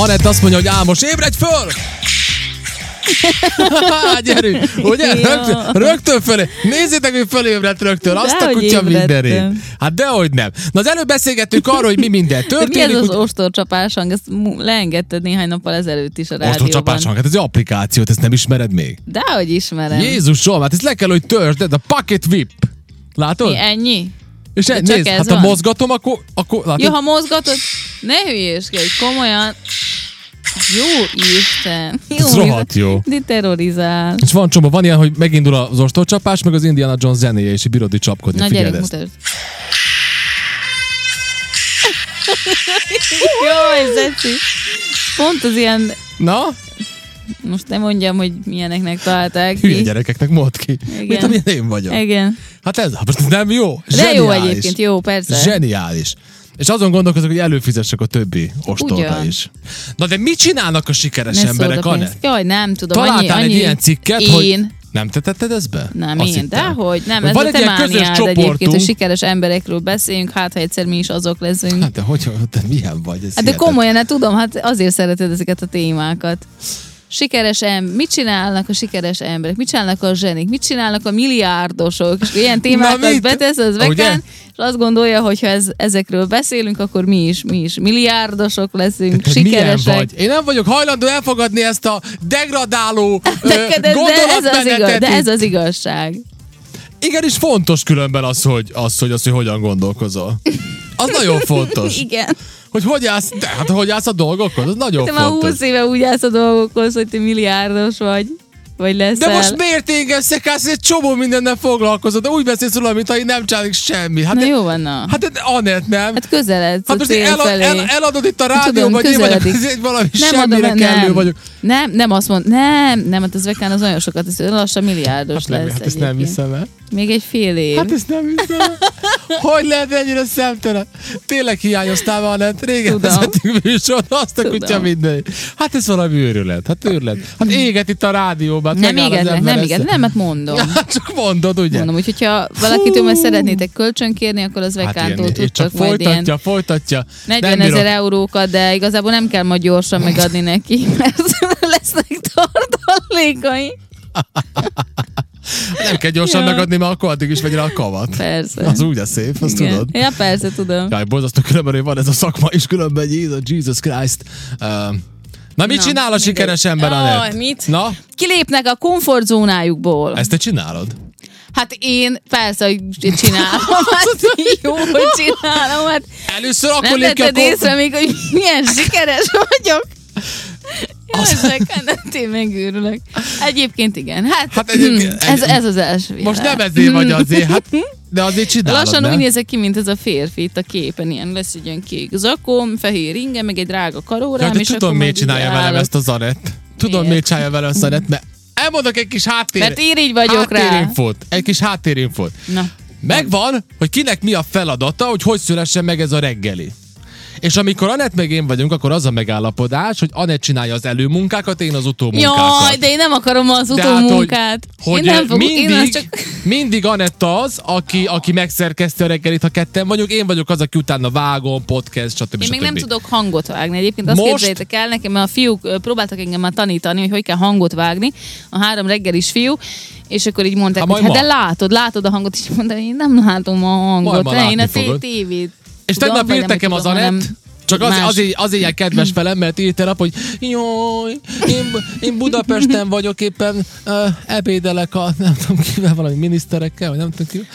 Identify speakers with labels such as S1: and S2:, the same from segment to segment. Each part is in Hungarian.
S1: Anett azt mondja, hogy Álmos, ébredj föl! Há, gyerünk! Ugye?
S2: Jó.
S1: Rögtön, rögtön fölé. Nézzétek, hogy fölébredt rögtön. Azt a
S2: Dehogy
S1: kutya
S2: ébredtem.
S1: mindenét. Hát dehogy nem. Na az előbb beszélgettünk arról, hogy mi minden
S2: De mi ez
S1: történik.
S2: az
S1: úgy-
S2: ostorcsapás hang? Ezt mu- leengedted néhány nappal ezelőtt is a rádióban.
S1: Ostorcsapás hang, hát ez egy applikációt, ezt nem ismered még.
S2: De hogy ismerem.
S1: Jézusom, hát ezt le kell, hogy törzsd, de a Pocket Whip. Látod?
S2: Mi, ennyi?
S1: És e,
S2: csak
S1: nézd,
S2: ez
S1: hát
S2: van?
S1: ha mozgatom, akkor, akkor látod?
S2: Jó, ha mozgatod, ne hülyéskedj, komolyan. Jó Isten. Jó,
S1: Ez rohadt jó.
S2: De terrorizál.
S1: És van csomó, van ilyen, hogy megindul az ostorcsapás, meg az Indiana Jones zenéje, és így bírod így csapkodni.
S2: Na
S1: Figyeld
S2: gyerek,
S1: ezt.
S2: mutasd. Jó, Zeci. Pont az ilyen,
S1: Na,
S2: most nem mondjam, hogy milyeneknek találták
S1: hülye
S2: ki.
S1: gyerekeknek mondd ki.
S2: Igen.
S1: Mit amilyen én vagyok.
S2: Igen.
S1: Hát ez, hát most ez nem jó.
S2: De
S1: Zseniális.
S2: jó egyébként, jó, persze.
S1: Zseniális. És azon gondolkozok, hogy előfizessek a többi ostorra
S2: Ugyan.
S1: is. Na de mit csinálnak a sikeres
S2: Ne
S1: emberek,
S2: szóld a
S1: Anett?
S2: pénzt. Jaj, nem tudom.
S1: Találtál
S2: annyi,
S1: egy
S2: annyi...
S1: ilyen cikket,
S2: én.
S1: hogy... Nem te tetted ezt be?
S2: Nem,
S1: Azt
S2: én,
S1: hittem.
S2: de hogy nem,
S1: Hogy
S2: ez
S1: van
S2: a
S1: egy
S2: te
S1: ilyen közös
S2: mániád egyébként, hogy
S1: csoportunk.
S2: sikeres emberekről beszéljünk, hát ha egyszer mi is azok leszünk.
S1: Hát de hogy, te milyen vagy? Ez
S2: Hát de
S1: hihetetlen.
S2: komolyan, hát tudom, hát azért szereted ezeket a témákat. Sikeres em, mit csinálnak a sikeres emberek, mit csinálnak a zsenik, mit csinálnak a milliárdosok, és ilyen
S1: Na,
S2: témákat
S1: mit?
S2: betesz az
S1: Ugye?
S2: vekán, és azt gondolja, hogy ha ez, ezekről beszélünk, akkor mi is, mi is milliárdosok leszünk,
S1: Te
S2: sikeresek.
S1: milyen vagy? Én nem vagyok hajlandó elfogadni ezt a degradáló ö,
S2: Neked ez, de, ez az igaz,
S1: gondolatmenetet.
S2: de ez az igazság.
S1: Igenis fontos különben az, hogy, az, hogy, az, hogy hogyan gondolkozol. Az nagyon fontos.
S2: Igen.
S1: Hogy hogy állsz, de, hát hogy állsz a dolgokhoz, az nagyon
S2: Te már
S1: fontos.
S2: 20 éve úgy állsz a dolgokhoz, hogy te milliárdos vagy, vagy leszel.
S1: De most miért ingeszekelsz, egy csomó mindennel foglalkozol, de úgy beszélsz róla, mintha én nem csinálnék semmit. Hát,
S2: Na
S1: de-
S2: jó van, na. Hát,
S1: Hát de Anett nem. Hát,
S2: közeledsz
S1: hát
S2: a
S1: most
S2: cél
S1: el, el,
S2: felé. Hát
S1: el, eladod itt a rádióban,
S2: Tudom,
S1: hogy én vagyok,
S2: közeledik.
S1: ezért valami
S2: nem
S1: semmire
S2: adom,
S1: kellő
S2: nem.
S1: vagyok.
S2: Nem, nem azt mond, nem, nem, hát az vekán az olyan sokat, ez lassan milliárdos
S1: Hát, nem,
S2: lesz
S1: hát ezt nem
S2: egyébként.
S1: hiszem el.
S2: Még egy fél év.
S1: Hát ezt nem hiszem el. Hogy lehet ennyire szemtelen? Tényleg hiányoztál már, Anett? Régen
S2: Tudom.
S1: vezettünk műsort, azt a
S2: Tudom.
S1: kutya minden. Hát ez valami őrület, hát őrület. Hát éget itt a rádióban.
S2: nem
S1: megáll az
S2: égetnek,
S1: ember
S2: nem
S1: esze.
S2: égetnek, nem, hát mondom.
S1: Hát csak mondod, ugye?
S2: Mondom, úgyhogy ha valakitől
S1: Fú.
S2: majd szeretnétek kölcsön kérni, akkor az vekántól
S1: ilyen,
S2: tudtok
S1: Hát csak
S2: majd
S1: folytatja,
S2: ilyen
S1: folytatja.
S2: 40
S1: nem bírom.
S2: ezer eurókat, de igazából nem kell majd gyorsan megadni neki, mert lesznek tartalékai.
S1: Nem kell gyorsan
S2: Ja.
S1: megadni, mert akkor addig is megy rá a kavat.
S2: Persze.
S1: Az úgy a szép, azt
S2: Igen.
S1: tudod.
S2: Ja, persze, tudom.
S1: Jaj, borzasztó különben, hogy van ez a szakma is, különben Jézus, Jesus Christ. Uh, na, mit
S2: Na,
S1: csinál a
S2: mindegy.
S1: sikeres ember,
S2: Jaj,
S1: Anett?
S2: mit?
S1: Na,
S2: Kilépnek a komfortzónájukból.
S1: ezt te csinálod.
S2: Hát én persze, hogy csinálom. Hát jó, hogy csinálom. Hát
S1: Először akkor
S2: nem
S1: lép ki a
S2: vetted
S1: kom-
S2: észre még, hogy milyen sikeres vagyok.
S1: Az-
S2: Jaj, hát én megőrülök. Egyébként igen. Hát,
S1: Hát egyébként-
S2: ez, ez az első.
S1: Most
S2: éve.
S1: nem ezért vagy azért, hát, de azért csinálod,
S2: Lassan
S1: nem?
S2: úgy nézek ki, mint ez a férfi itt a képen. Ilyen lesz egy ilyen kék zakom, fehér inge, meg egy drága karórám.
S1: Jaj, de
S2: és
S1: tudom,
S2: akkor
S1: miért
S2: majd így
S1: csinálja velem
S2: állok.
S1: ezt az Anett. Tudom,
S2: Miért?
S1: miért csinálja velem ezt az Anett, mert elmondok egy kis háttér...
S2: Mert így így vagyok rá.
S1: háttérinfót. Egy kis háttérinfót.
S2: Na.
S1: Megvan, hogy kinek mi a feladata, hogy hogy szülessen meg ez a reggeli. És amikor Anett meg én vagyunk, akkor az a megállapodás, hogy Anett csinálja az előmunkákat, én az utómunkákat.
S2: Jaj, de én nem akarom az
S1: De hát,
S2: utómunkát.
S1: Hogy, hogy
S2: én nem fogok,
S1: mindig,
S2: én azt csak...
S1: mindig Anett az, aki, aki megszerkeszti a reggelit, ha ketten vagyunk, én vagyok az, aki utána vágom, podcast, stb.
S2: Én még
S1: stb.
S2: nem tudok hangot vágni. Egyébként azt
S1: Most-
S2: Most... képzeljétek el nekem, mert a fiúk ö, próbáltak engem már tanítani, hogy hogy kell hangot vágni, a három reggelis fiú, és akkor így mondták,
S1: Hát
S2: hogy
S1: majd
S2: hát de
S1: ma.
S2: látod, látod a hangot, és mondtam, én nem látom a hangot,
S1: ma
S2: ne, én
S1: látni
S2: a
S1: fogod.
S2: té- tévét.
S1: És
S2: tudom,
S1: tegnap
S2: vagy
S1: írt
S2: nem
S1: nekem az
S2: tudom,
S1: Anett,
S2: hanem
S1: csak az,
S2: más.
S1: azért, azért ilyen kedves velem, mert írt el nap, hogy jaj, én, én Budapesten vagyok éppen, ö, ebédelek a, nem tudom kivel, valami miniszterekkel, vagy nem tudom kivel,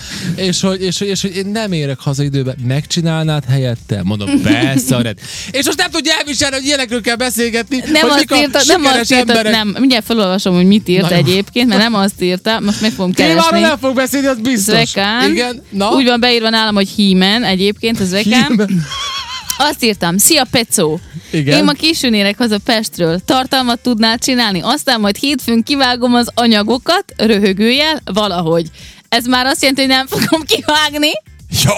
S1: és hogy, és, hogy- és hogy én nem érek haza időben, megcsinálnád helyette? Mondom, persze, Anett. És most nem tudja elviselni, hogy ilyenekről kell beszélgetni,
S2: Nem
S1: hogy
S2: azt
S1: mik a
S2: írta, nem
S1: sikeres
S2: azt írta,
S1: emberek.
S2: nem, mindjárt felolvasom, hogy mit írt
S1: Na jó.
S2: egyébként, mert nem azt írta, most meg fogom
S1: Témáról
S2: keresni.
S1: nem fog beszélni, az biztos.
S2: Zvekán.
S1: Igen, na.
S2: Úgy van beírva nálam, hogy hímen egyébként, az Zvekán. Azt írtam, szia Pecó!
S1: Igen.
S2: Én ma későn érek haza Pestről. Tartalmat tudnál csinálni, aztán majd hétfőn kivágom az anyagokat, röhögőjel, valahogy. Ez már azt jelenti, hogy nem fogom kivágni,
S1: Ja.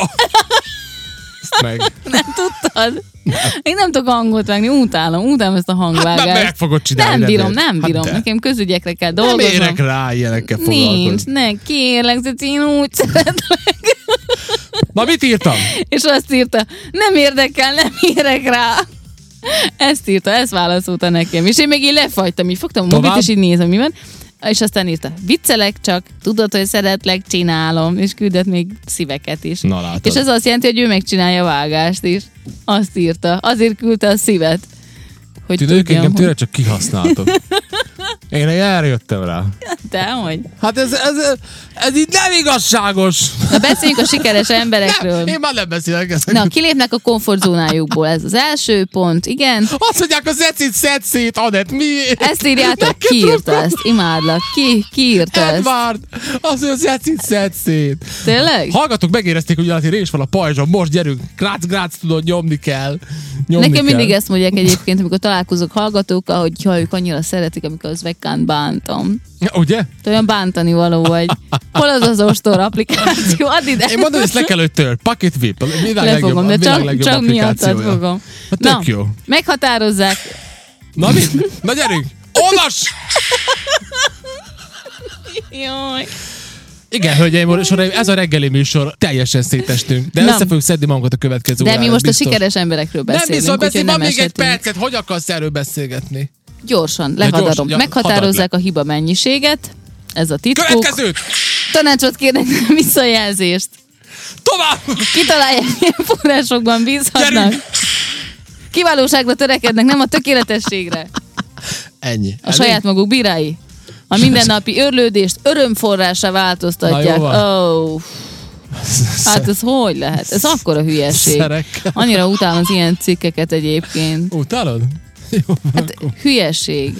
S1: Ezt meg.
S2: nem tudtad? Én nem tudok hangot vágni, utálom, utálom ezt a
S1: Hát
S2: hangvágást.
S1: nem meg fogod csinálni.
S2: nem bírom,
S1: miért?
S2: nem
S1: Hát
S2: bírom.
S1: de.
S2: Nekem közügyekre kell
S1: Nem
S2: dolgoznom.
S1: érek rá ilyenekkel
S2: Nincs,
S1: foglalkozni.
S2: ne, kérlek, Zeci, én úgy szeretlek.
S1: Na mit írtam?
S2: És azt írta, nem érdekel, nem érek rá. Ezt írta, ezt válaszolta nekem. És én még így lefagytam, így fogtam a mobilt,
S1: Tovább?
S2: és így nézem, mi van. És aztán írta, viccelek csak, tudod, hogy szeretlek, csinálom. És küldött még szíveket is.
S1: Na látod.
S2: És ez azt jelenti, hogy ő megcsinálja a vágást is. Azt írta. Azért küldte a szívet. Hogy
S1: Ti nők
S2: tudjam,
S1: engem
S2: hogy...
S1: tőle csak kihasználtok. Én erre jöttem rá.
S2: Dehogy.
S1: Hát ez, ez, ez így nem igazságos.
S2: Na beszéljünk a sikeres
S1: Nem,
S2: emberekről.
S1: én már nem beszélek ezekről.
S2: Na, kilépnek a komfortzónájukból, ez az első pont, igen.
S1: Azt mondják, az ecit szed szét, Anett, miért?
S2: Ezt írjátok, ki írta ezt? Imádlak, ki, ki írta
S1: Hát
S2: ezt?
S1: Edward, az, hogy az ecit szed szét.
S2: Tényleg?
S1: Hallgatók megérezték, hogy azért én is van a pajzsom, most gyerünk, grác, grác, tudod, nyomni kell. Nyomni
S2: Nekem
S1: kell.
S2: mindig ezt mondják egyébként, amikor találkozok hallgatókkal, hogy ha ők annyira szeretik, amikor az vekkán bántam.
S1: Ja, Ugye?
S2: Te olyan bántani való vagy. Hol az az ostor applikáció? Add ide.
S1: Én mondom, hogy ezt le kell, hogy tör. Pocket Whip, a világ legjobb,
S2: Lefogom, de
S1: a világ
S2: csak,
S1: legjobb
S2: csak miattad
S1: applikációja.
S2: fogom.
S1: Hát tök jó.
S2: meghatározzák.
S1: Na mit? Na gyerünk! Olvas!
S2: Jaj.
S1: Igen, hölgyeim, és uraim, ez a reggeli műsor, teljesen szétestünk, de
S2: Nem.
S1: össze fogjuk szedni magunkat a következő
S2: De mi
S1: órára,
S2: most a
S1: biztos.
S2: sikeres emberekről
S1: Nem
S2: beszélünk.
S1: viszont
S2: úgyhogy
S1: beszélj, van
S2: nem
S1: még egy
S2: eshetünk.
S1: percet, hogy akarsz erről beszélgetni?
S2: Gyorsan,
S1: gyorsan,
S2: lehadarom.
S1: ja,
S2: Meghatározzák a hiba mennyiséget. Ez a titkuk.
S1: Következőt!
S2: Tanácsot kérnek visszajelzést.
S1: Tovább!
S2: Kitalálják, milyen forrásokban bízhatnak.
S1: Gyerünk!
S2: Kiválóságra törekednek, nem a tökéletességre.
S1: Ennyi.
S2: A saját maguk bírái. A mindennapi örlődést örömforrásra változtatják.
S1: Na, jó
S2: oh, hát ez hogy lehet? Ez akkora hülyeség.
S1: Szerek.
S2: Annyira utálom az ilyen cikkeket egyébként.
S1: Utálod? Jó,
S2: Hát hülyeség.